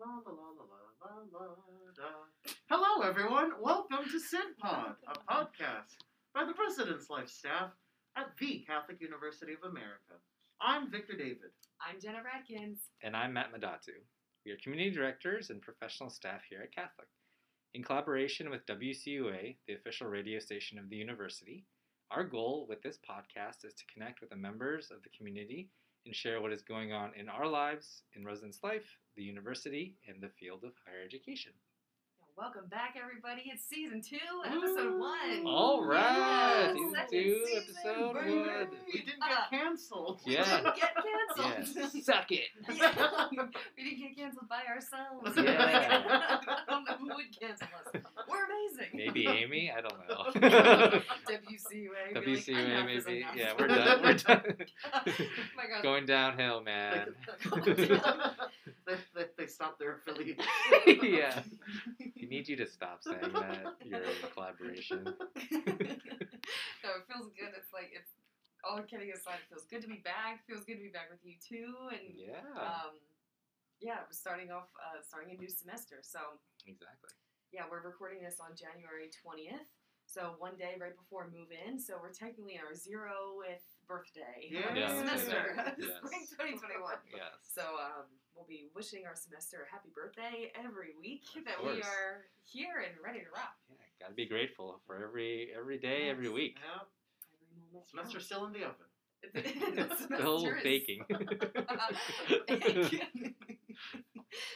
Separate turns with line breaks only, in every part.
la, la, la, la, la, da. Hello, everyone. Welcome to SidPod, a podcast by the President's Life staff at the Catholic University of America. I'm Victor David.
I'm Jenna Radkins.
And I'm Matt Madatu. We are community directors and professional staff here at Catholic. In collaboration with WCUA, the official radio station of the university, our goal with this podcast is to connect with the members of the community and share what is going on in our lives, in residence life, the university, and the field of higher education.
Welcome back, everybody. It's season two, episode
Ooh.
one.
All right,
Yes,
season
second
two,
season,
episode
baby.
one.
We didn't
Uh,
get canceled.
We
Yeah.
didn't get canceled.
Yes. Suck it.
Yeah. we didn't get canceled by ourselves.
Yeah.
I don't know who would cancel us. We're amazing.
Maybe Amy? I don't know.
WCUA. be like,
WCUA,
"Enough is
maybe.
enough."
Yeah, we're done. We're done.
oh my god.
Going downhill, man.
they, they, they stopped their affiliation.
yeah. We need you to stop saying that. Your collaboration.
no, it feels good. It's like it's all kidding aside. It feels good to be back. Feels good to be back with you too. And
Yeah.
um, yeah, we're starting off uh, starting a new semester. So
Exactly.
yeah, we're recording this on January twentieth. So one day right before move in. So we're technically in our zeroth birthday of the
Yeah, let's do
semester,
that.
Yes.
spring twenty twenty one.
Yes.
So um, we'll be wishing our semester a happy birthday every week
Of
that we
course.
are here and ready to rock.
Yeah, gotta be grateful for every every day, every
Yes.
week.
Yeah,
Every moment
semester's
counts.
still in the oven.
The
Still
semester is-
baking.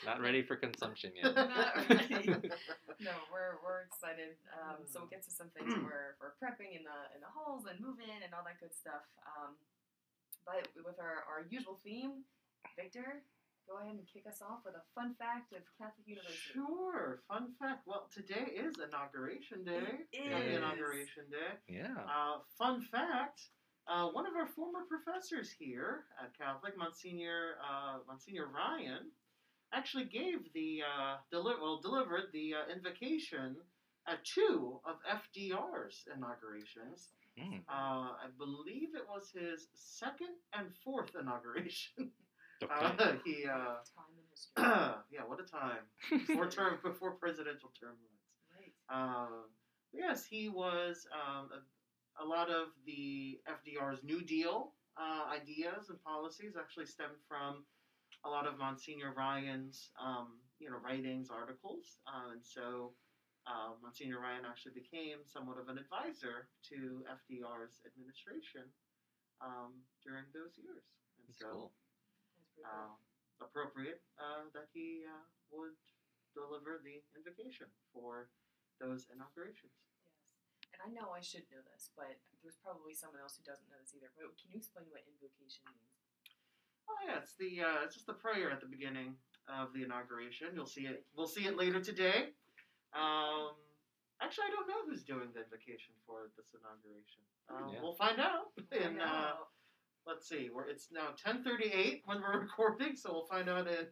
Not ready for consumption yet.
Not ready. no, we're we're excited. Um, so we'll
Mm.
get to some things we're we're prepping in the in the halls and move in and all that good stuff. Um, but with our, our usual theme, Victor, go ahead and kick us off with a fun fact of Catholic University.
Sure. Fun fact. Well, today is inauguration day.
It
Happy
is.
inauguration day.
Yeah.
Uh, fun fact. Uh, one of our former professors here at Catholic, Monsignor uh, Monsignor Ryan, actually gave the uh, deli- well delivered the uh, invocation at two of FDR's inaugurations.
Mm.
Uh, I believe it was his second and fourth inauguration.
Okay.
Uh, he uh,
Time in history.
yeah, what a time. Before term, before presidential term limits.
Right.
Um, yes, he was um, a, a lot of the FDR's New Deal uh, ideas and policies actually stemmed from a lot of Monsignor Ryan's um, you know writings, articles, uh, and so. Uh, Monsignor Ryan actually became somewhat of an advisor to FDR's administration um, during those years. And
That's
so,
cool.
That's pretty cool.
uh, appropriate uh, that he uh, would deliver the invocation for those inaugurations.
Yes. And I know I should know this, but there's probably someone else who doesn't know this either. But can you explain what invocation means?
Oh yeah, it's the uh, it's just the prayer at the beginning of the inauguration. You'll see it. We'll see it later today. Um, actually, I don't know who's doing the invocation for this inauguration. Um,
Yeah.
We'll find out. In
Find
uh,
out.
let's see, we're, it's now ten thirty eight when we're recording, so we'll find out in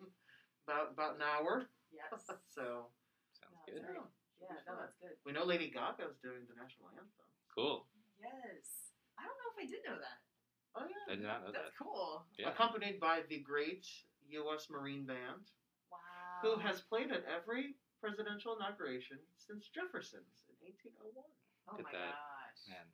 about about an hour.
yes.
So
Sounds
No,
good.
sorry.
yeah, should be
Yeah, no,
fun.
that's good.
We know Lady Gaga's doing the national anthem.
Cool.
Yes. I don't know if I did know that.
Oh
I
yeah.
did not know that.
That's cool.
Yeah.
Accompanied by the great U.S. Marine Band,
Wow.
who has played at every presidential inauguration since Jefferson's in 1801.
Oh my
Look at that.
gosh.
Man.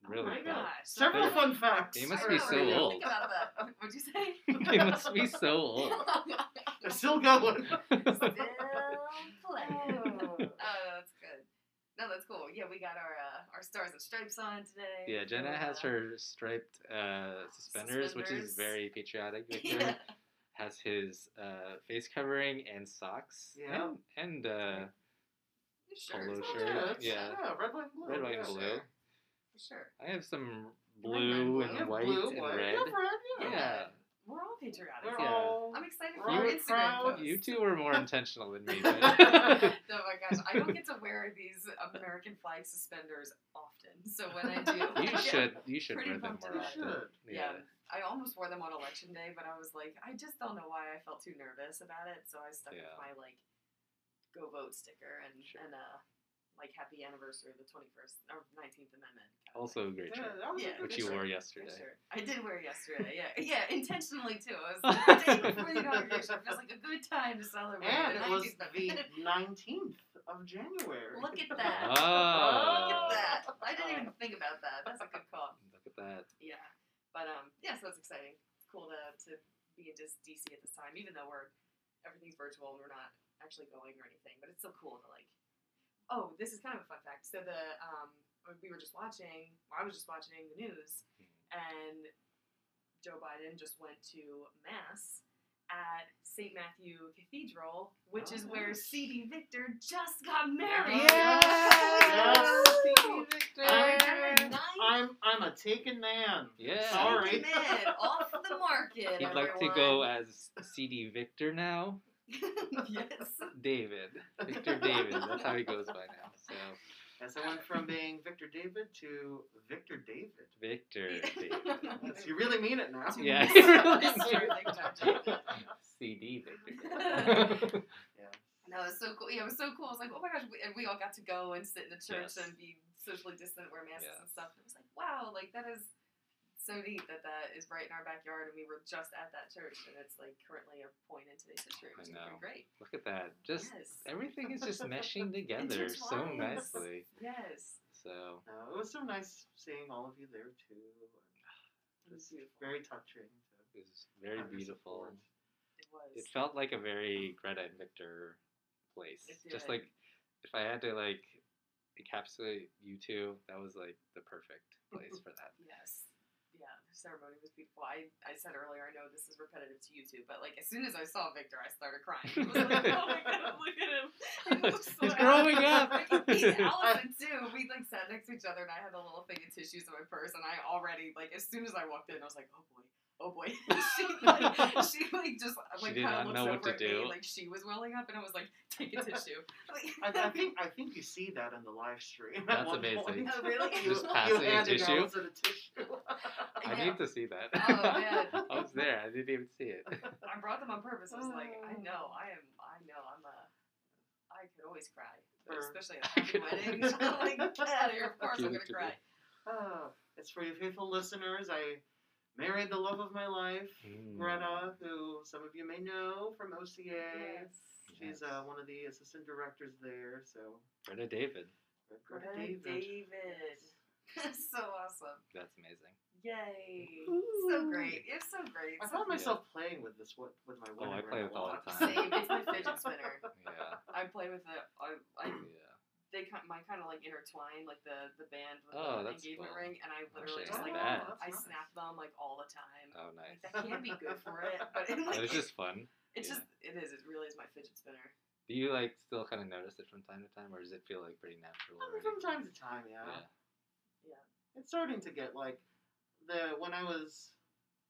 Oh
Really
my
cool.
God.
Gosh.
Several
They-
fun facts.
they must
I
be
don't
so
really
old.
Think about that. What'd you say?
They must be so old.
They're still going.
Still playing. Oh, that's good. No, that's cool. Yeah, we got our uh, our stars and stripes on today.
Yeah, Jenna has
Uh,
her striped uh, suspenders, which is
Suspenders.
very patriotic. Victor
Yeah.
has his uh, face covering and socks
Yeah.
and, and uh,
Sure.
Polo
Oh,
shirt.
yeah, that's-
Yeah.
yeah, red, white, and blue.
red, white,
yeah.
and blue.
For sure.
I have some
Blue and
blue
blue.
and
Yeah,
white
blue,
and
white.
red.
Yeah, red, yeah.
Yeah,
We're all patriotic.
We're
Yeah.
all.
I'm excited
We're
for
all
our Instagram
proud.
post.
you two were more intentional than me. But
oh my gosh, I don't get to wear these American flag suspenders often. So when I do, I
you
get-
should you should
Pretty
wear them
pumped
more
you
about it.
often.
should.
Yeah. I almost wore them on election day, but I was like, I just don't know why I felt too nervous about it, so I stuck
Yeah.
with my like go vote sticker and
Sure.
and uh like happy anniversary of the 21st or 19th amendment.
Also a great
Yeah,
shirt,
that was
Yeah.
a good
which you
shirt.
wore
Good
yesterday.
shirt. I did wear it yesterday. Yeah. Yeah, intentionally too. I was like, the day before the inauguration. It feels like a good good time to celebrate.
And
the
it was
19th.
the 19th of January.
Look at that.
Oh.
Look at that. I didn't even think about that. That's a good call.
Look at that.
Yeah. But um, yeah, so it's exciting. It's cool to, to be in just DC at this time, even though we're everything's virtual and we're not actually going or anything. But it's still cool to like. Oh, this is kind of a fun fact. So the um, we were just watching. Well, I was just watching the news,
Mm-hmm.
and Joe Biden just went to mass at St. Matthew Cathedral, which
Oh,
is where
nice.
C.D. Victor just got
Oh.
married.
Yes.
Woo!
I'm,
Nice.
I'm I'm a taken man.
Yeah.
Sorry.
Taken man off the market.
He'd like to go as CD Victor now.
everyone. yes.
David. Victor David. That's how he goes by now. So
As I went from being Victor David to Victor David.
Victor David.
Yes, you really mean it now.
To
Yeah.
Mr. Mr. Victor.
CD Victor.
No, it was so cool. Yeah, it was so cool. I was like, oh my gosh, we, and we all got to go and sit in the church
Yes.
and be socially distant, wear masks and
Yes.
stuff. It was like, wow, like that is so neat that that is right in our backyard, and we were just at that church, and it's like currently a point in today's history,
I
which is
know.
pretty great.
Look at that. Just
yes,
everything is just meshing together
just
so
lines.
nicely.
yes,
So
Uh, it was so nice seeing all of you there too.
it was
It's
beautiful.
very touching. to
it was very
have your
beautiful.
support.
It was.
It felt like a very Greta and Victor place.
It
Just
did.
like if I had to like encapsulate you two, that was like the perfect place for that.
Yes. Yeah, the ceremony was beautiful. I, I said earlier, I know this is repetitive to you two, but like as soon as I saw Victor, I started crying. I was like, oh my god, look at him. He looks so
He's
happy.
growing up.
He's Allison too. We like sat next to each other and I had a little thing of tissues in my purse and I already like as soon as I walked in, I was like, oh boy. Oh boy, she like she like just
She
like
did
kind
not
of looks
know
over
what to
at me
do.
like she was welling up, and I was like, "Take a tissue." Like,
I, I think I think you see that in the live stream. at
That's
one
amazing.
point.
Oh, really?
You,
Just
you
passing a
handed
tissue?
Allison a tissue.
I
Yeah.
need to see that.
Oh man,
I was there. I didn't even see it.
I brought them on purpose. I was like, I
Oh.
know, I am, I know, I'm a, I could always cry, but
Or-
especially at a happy
could
wedding.
always-
like, get out of here, of course
Give
I'm
it
gonna
to
cry.
me.
Ah, it's for you faithful listeners. I married the love of my life,
Mm.
Greta, who some of you may know from OCA. She's uh,
Yes.
one of the assistant directors there. So
Greta David.
Greta
Greta
David.
David. so awesome.
That's amazing.
Yay. So
Ooh.
great. It's so great.
I
So
found myself playing with this what with my
Oh, I
wedding
play
ring a
with all
lot.
the time.
same. It's my fidget spinner.
Yeah.
I play with it. I, I
Yeah.
they kind my kind of like intertwine like the the band with
Oh,
the
that's
engagement
fun.
ring, and I literally
Actually,
just
I
like
like that.
I
That's nice.
snap them like all the time.
Oh,
Like,
nice.
that can't be good for it, but it, like,
It was just fun.
it's
yeah.
just it is it really is my fidget spinner.
Do you like still kind of notice it from time to time, or does it feel like pretty natural
Um,
already?
From time to time, yeah.
Yeah.
It's starting to get like the when I was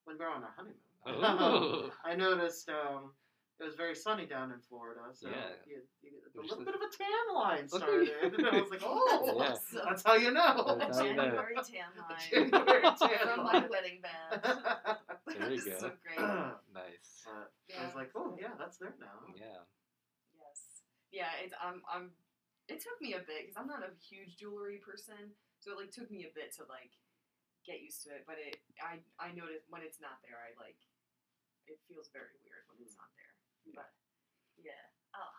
when we were on our honeymoon.
Oh.
I noticed um, it was very sunny down in Florida, so
Yeah.
you, you, a
There's
little
the-
bit of a tan line
Look at
started,
you.
and I was like,
That's
"Oh,
Yeah.
awesome.
that's how you know."
That's
A
how you know.
January tan line
January tan
from my
line.
wedding band.
There you
That's
go.
So great.
But
nice.
I was
Yeah.
like, "Oh, yeah, that's there now."
Yeah.
Yes. Yeah, it's I'm I'm it took me a bit cuz I'm not a huge jewelry person, so it like took me a bit to like get used to it, but it I I noticed when it's not there, I like it feels very weird when
Mm.
it's not there.
Yeah.
But yeah. Oh,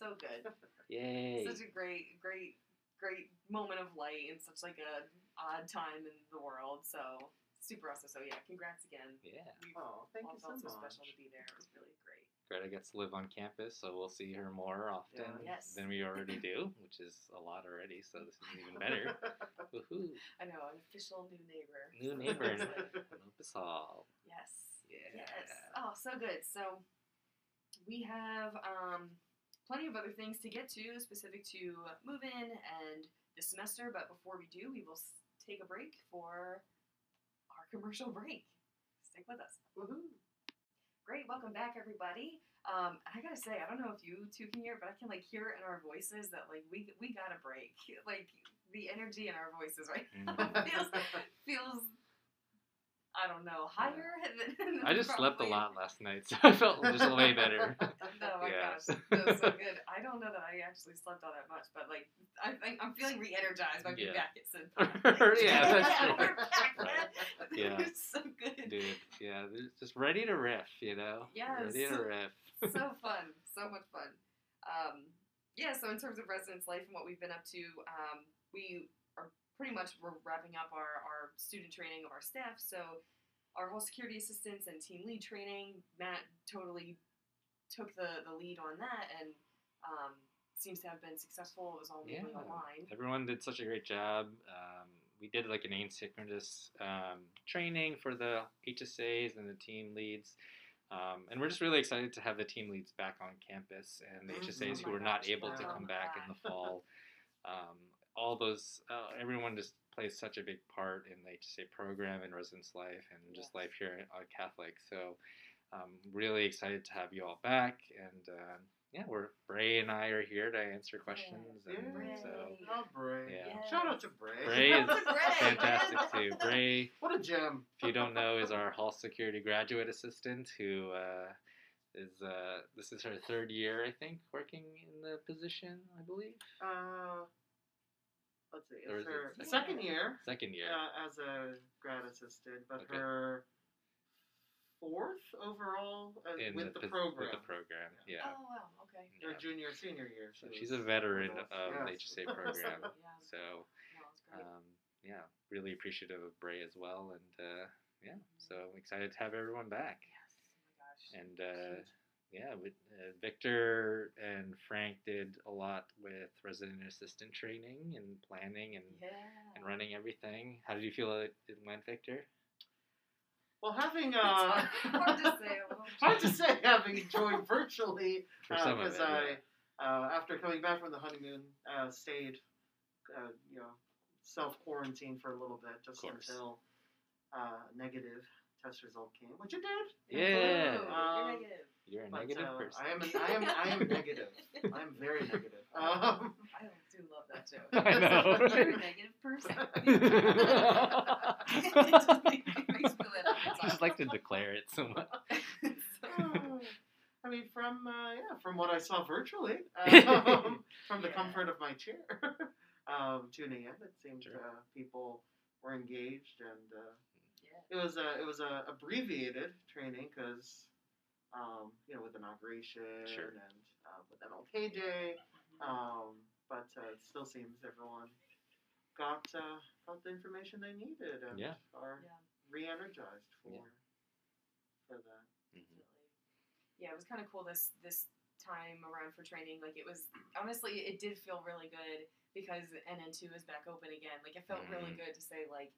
so good.
Yay.
Such a great great great moment of light and such like a odd time in the world. So, super awesome. So, yeah, congrats again.
Yeah.
We
Oh, thank
all
you so
felt
much.
so special to be there. It was really great.
Greta gets to live on campus, so we'll see her more often
Yeah. Yes.
than we already do, which is a lot already. So this is even better. Woohoo!
I know, an official new neighbor.
New
So
neighbor in
excited.
Olympus Hall.
Yes.
Yeah.
Yes. Oh, so good. So we have um, plenty of other things to get to specific to move in and the semester, but before we do, we will s- take a break for our commercial break. Stick with us.
Woohoo.
Great. Welcome back, everybody. Um, I gotta say, I don't know if you two can hear, it, but I can like hear it in our voices that like we we got a break. Like the energy in our voices right
Mm.
feels feels I don't know higher than
I just slept a
probably-
lot last night, so I felt just way better.
Oh my
Yeah.
gosh, that was so good. I don't don't know that I actually slept all that much, but like I, I, I'm feeling re-energized by being
Yeah.
back at Sin.
Yeah, that's true.
We're back.
Right. Yeah.
It's so good.
Dude, yeah, they're just ready to riff, you know?
Yes.
Ready to riff.
so fun, so much fun. Um, yeah, so in terms of residence life and what we've been up to, um, we are pretty much we're wrapping up our, our student training of our staff. So our whole security assistants and team lead training, Matt totally took the, the lead on that and um, seems to have been successful. It was all mainly
Yeah.
online.
Everyone did such a great job. Um, we did like an asynchronous um, training for the HSAs and the team leads. Um, and we're just really excited to have the team leads back on campus and the
Mhm.
HSAs
Oh
who
Mm-hmm. my
were not
gosh,
able to
yeah.
come back in the fall. Um, all those, uh, everyone just plays such a big part in the HSA program and residence life and just
Yes.
life here at Catholic. So um, really excited to have you all back. And uh, yeah, we're Bray and I are here to answer questions. And
Bray.
so
Oh, Bray.
Yeah.
Shout out to Bray.
Bray is
Shout out to Bray.
fantastic
Oh,
too. Bray,
What a gem.
if you don't know, is our hall security graduate assistant who uh, is uh, this is her third year, I think, working in the position, I believe,
Uh, let's see.
Or
It's
is it
her
second?
second year
second year.
uh, as a grad assistant, but
Okay.
her fourth overall uh,
in
with, the
pos-
program.
With the program, yeah.
Oh wow, okay.
Her
Yeah.
junior senior year.
So
she
she's a
was
veteran
with us.
of the
Yes.
HSA program.
Yeah,
so,
no, it's great.
um, yeah, really appreciative of Bray as well, and uh, yeah, so excited to have everyone back.
yes, oh my gosh.
And uh, yeah, with, uh, Victor and Frank did a lot with resident assistant training and planning and,
yeah.
and running everything. How did you feel it, it went, Victor?
Well, having
It's
uh,
hard to say. a little
hard to say having joined virtually
For some of
because
it,
I
yeah.
uh, after coming back from the honeymoon uh, stayed uh, you know self quarantined for a little bit just
course.
until uh, negative test result came, which it did.
Yeah.
Ooh,
Um,
you're negative.
You're a
But,
negative
uh,
person.
I am I am I am negative. I'm very negative. Um,
I do love that joke.
I know,
You're a
right?
negative person.
I
It makes me laugh every time.
just like to declare it so much.
I mean, from uh, yeah, from what I saw virtually, um, from the
Yeah.
comfort of my chair, um, tuning in, it seemed
Sure.
uh, people were engaged, and uh,
Yeah.
it was a it was a abbreviated training because um, you know with inauguration
Sure.
and uh, with MLK Day, um, but uh, it still seems everyone got uh, got the information they needed and
Yeah.
are
Yeah.
re-energized for
Yeah.
for that.
Mhm.
yeah, it was kind of cool this this time around for training. Like it was honestly, it did feel really good because NN two is back open again. Like it felt really
Mhm.
good to say like,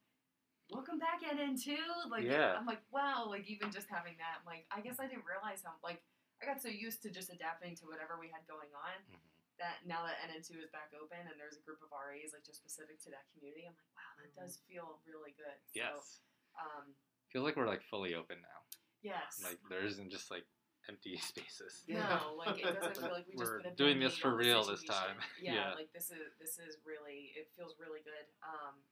"Welcome back, NN 2 Like
Yeah.
I'm like, wow. Like even just having that, I'm like I guess I didn't realize how like I got so used to just adapting to whatever we had going on
Mhm.
that now that NN two is back open and there's a group of RAs like just specific to that community. I'm like, wow, that
Mhm.
does feel really good. So,
Mm-hmm. Yes.
um,
Feels like we're like fully open now.
yes.
Like there isn't just like empty spaces.
Yeah.
No, like it doesn't feel like we just
We're
put a
doing this
band-aid
for
on the
real this
situation.
time.
Yeah,
Yeah.
like this is this is really it feels really good. Um,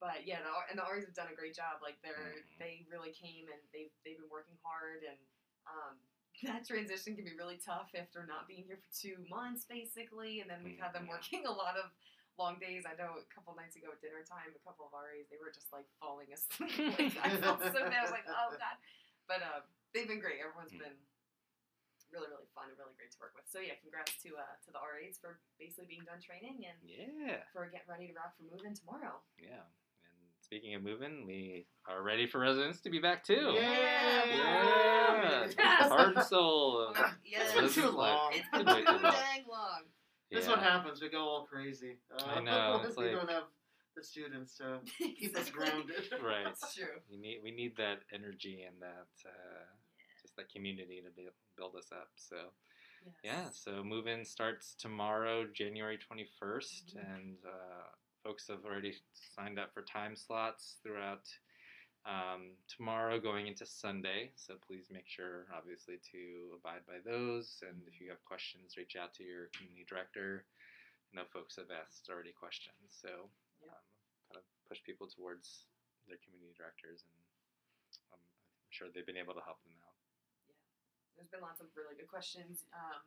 but yeah, the, R- and the Aries have done a great job. Like they're
Mhm.
they really came and they've they've been working hard and um, that transition can be really tough after not being here for two months basically, and then we've had them
Mhm.
working a lot of. Long days. I know a couple nights ago at dinner time, a couple of RAs, they were just like falling asleep. Like, I felt so bad. I was like, oh god. But uh, they've been great. Everyone's
Mhm.
been really, really fun and really great to work with. So yeah, congrats to uh, to the RAs for basically being done training and
Yeah.
for getting ready to rock for moving tomorrow.
Yeah. And speaking of moving, we are ready for residents to be back too.
Yeah.
Yeah. Heart and soul. of-
Yes.
It's been
This
too
is like-
long.
It's
Been
been
way too
too
long.
dang long.
This is
Yeah.
what happens. We go all crazy. Uh,
I know, it's
we
like-
don't have the students to keep us
Exactly.
grounded.
Right.
It's true.
We need we need that energy and that uh, just that community to build build us up. So yeah. So move in starts tomorrow, January twenty
Mhm.
and uh, folks have already signed up for time slots throughout. Um, tomorrow going into Sunday, so please make sure, obviously, to abide by those. And if you have questions, reach out to your community director. I know folks have asked already questions, so
Yeah.
um, kind of push people towards their community directors, and um, I'm sure they've been able to help them out.
There's been lots of really good questions. Um,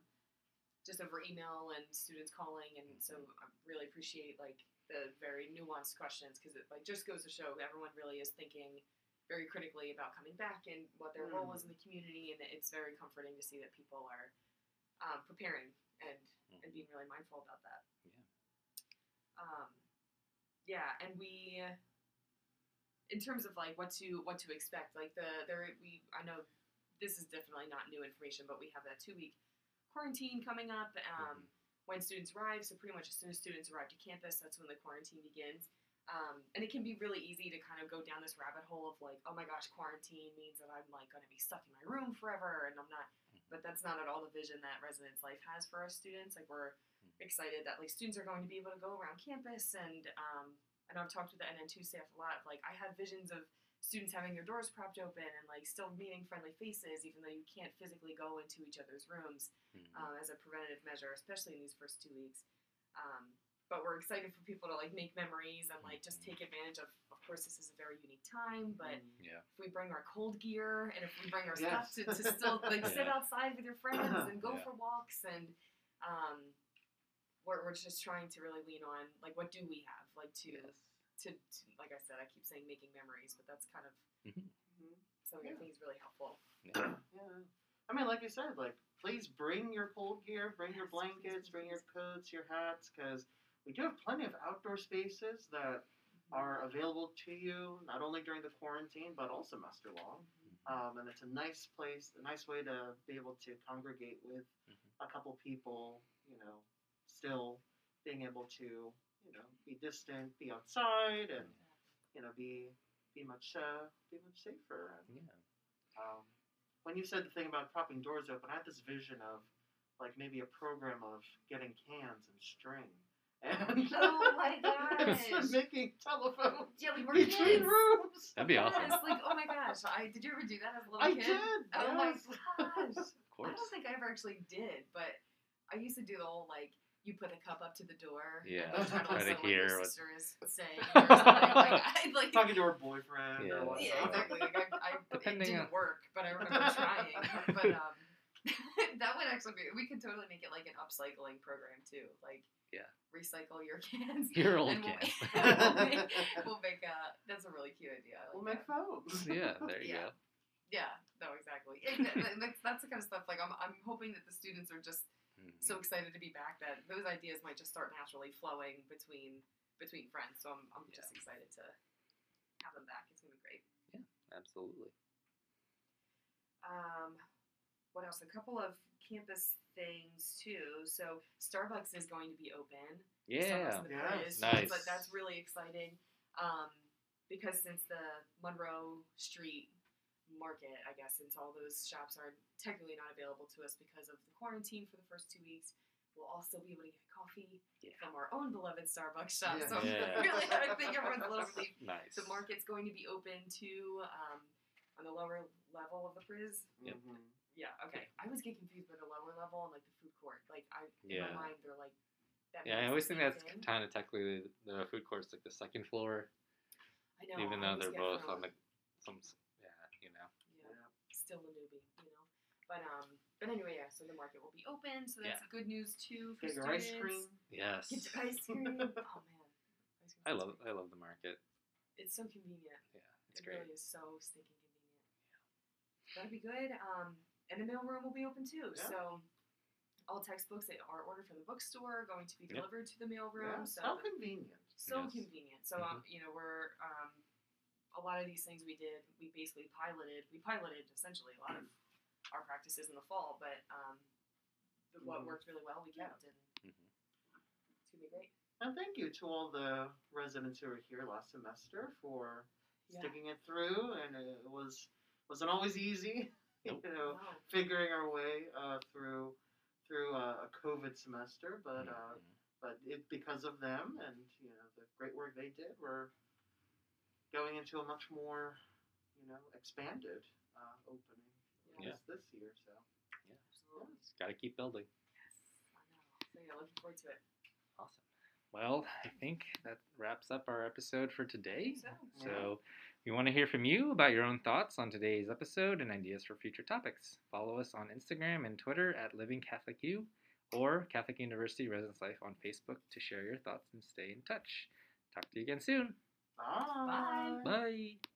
just over email and students calling, and so I really appreciate like the very nuanced questions because it like just goes to show everyone really is thinking very critically about coming back and what their role is in the community, and it's very comforting to see that people are um, preparing and and being really mindful about that.
Yeah.
Um, yeah, and we, in terms of like what to what to expect, like the there we I know this is definitely not new information, but we have that two week quarantine coming up um, when students arrive. So pretty much as soon as students arrive to campus, that's when the quarantine begins. Um, and it can be really easy to kind of go down this rabbit hole of like, oh my gosh, quarantine means that I'm like going to be stuck in my room forever, and I'm not but that's not at all the vision that residence life has for our students like we're excited that like students are going to be able to go around campus and um, i know i've talked with the nn2 staff a lot of like i have visions of students having their doors propped open and like still meeting friendly faces even though you can't physically go into each other's rooms
Mm-hmm.
um,
Hmm.
as a preventative measure especially in these first two weeks um, but we're excited for people to like make memories and like just take advantage of of course this is a very unique time but
Mm.
Yeah.
if we bring our cold gear and if we bring our
Yes.
stuff to, to still like sit
Yeah.
outside with your friends and go
Yeah.
for walks and um, we're, we're just trying to really lean on like what do we have like to, to, to like i said i keep saying making memories but that's kind of Mm-hmm.
Mhm.
something
Yeah.
i think is really helpful
Yeah.
Yeah. I mean, like you said, like please bring your cold gear, bring your
Yes, please,
blankets, bring your
please.
coats, your hats, because we do have plenty of outdoor spaces that are available to you not only during the quarantine but all semester long. Um, and it's a nice place, a nice way to be able to congregate with a
Mm-hmm.
couple people. You know, still being able to you know be distant, be outside,
Mm-hmm. Mm.
and you know be be much uh, be much safer. And,
Yeah.
um, when you said the thing about propping doors open, I had this vision of like maybe a program of getting cans and string and,
oh my
and
gosh
making telephone
yeah we were
between
kids
rooms.
That'd be
yes,
awesome. Of
like oh my gosh i did you ever do that as a little
I
kid
did.
oh my
yes.
gosh I
course.
don't think I ever actually did, but I used to do the whole like you put a cup up to the door.
Yeah,
And try to,
try to
listen to what your
hear what-
sister is saying. Or something. like, I, like,
Talking to her boyfriend
Yeah.
or whatnot.
yeah, exactly. Like, I, I, it
Depending
didn't
on-
work, but I remember trying. But um, that would actually be. We could totally make it like an upcycling program too. Like
Yeah.
recycle your cans.
Your old
and we'll,
cans.
we'll make, we'll make a. That's a really cute idea. I like
We'll make
that.
phones.
yeah. There you
Yeah.
go.
Yeah, no, exactly. Exa- like, like, that's the kind of stuff. Like, I'm, I'm hoping that the students are just
Mhm.
so excited to be back that those ideas might just start naturally flowing between between friends. So I'm, I'm just excited to have them back. It's gonna be great.
Mm-hmm, Absolutely.
Um, what else? A couple of campus things too. So Starbucks is going to be open.
Yeah.
Starbucks in the
Yeah.
Prius,
Nice.
But that's really exciting um, because since the Monroe Street market, I guess, since all those shops are technically not available to us because of the quarantine for the first two weeks, we'll all still be able to get coffee
Yeah.
from our own beloved Starbucks shop.
Yeah.
So
Yeah.
really, I think everyone's a little relieved.
Nice.
The market's going to be open to um, on the lower level of the Priz.
Yep.
Mhm.
Yeah. Okay. I always get confused by the lower level and like the food court. Like I in
Yeah.
my mind, they're like. That
Yeah,
means
I always
the
think
same thing.
that's kind of technically the, the food court's like the second floor,
I know,
even
I
though
always
they're
get
both
thrown.
on the some. s- Yeah, you know.
yeah, still a newbie, you know. But um, but anyway, yeah. So the market will be open, so that's good news too for
Get your
students.
ice cream.
Yes.
Get your ice cream. oh man, Ice cream
I
sounds
love
great.
I love the market.
It's so convenient.
Yeah, it's
it
great.
really is so stinking convenient. That'll be good. Um, and the mail room will be open too.
Yeah.
So all textbooks that are ordered from the bookstore are going to be
Yep.
delivered to the mail room.
Yeah, Oh, How
So
convenient.
so
Yes.
convenient. So um, you know, we're um, a lot of these things we did. We basically piloted. We piloted essentially a lot of our practices in the fall, but um, the- what
Mhm.
worked really well, we
Yeah.
kept, and
Mhm.
it's gonna be great.
And thank you to all the residents who were here last semester for
Yeah.
sticking it through. And it was wasn't always easy,
Nope.
you know,
Wow.
figuring our way uh, through through uh, a COVID semester. But uh,
Mhm.
but it because of them and you know the great work they did, we're going into a much more you know expanded uh, opening
Yeah.
this, this year. So
Absolutely.
Just Mm-hmm. gotta keep building.
Yes. I know. So yeah, looking forward to it.
Awesome. Well, I think that wraps up our episode for today.
So,
So we want to hear from you about your own thoughts on today's episode and ideas for future topics. Follow us on Instagram and Twitter at Living Catholic U or Catholic University Residence Life on Facebook to share your thoughts and stay in touch. Talk to you again soon.
Bye.
Bye.
Bye.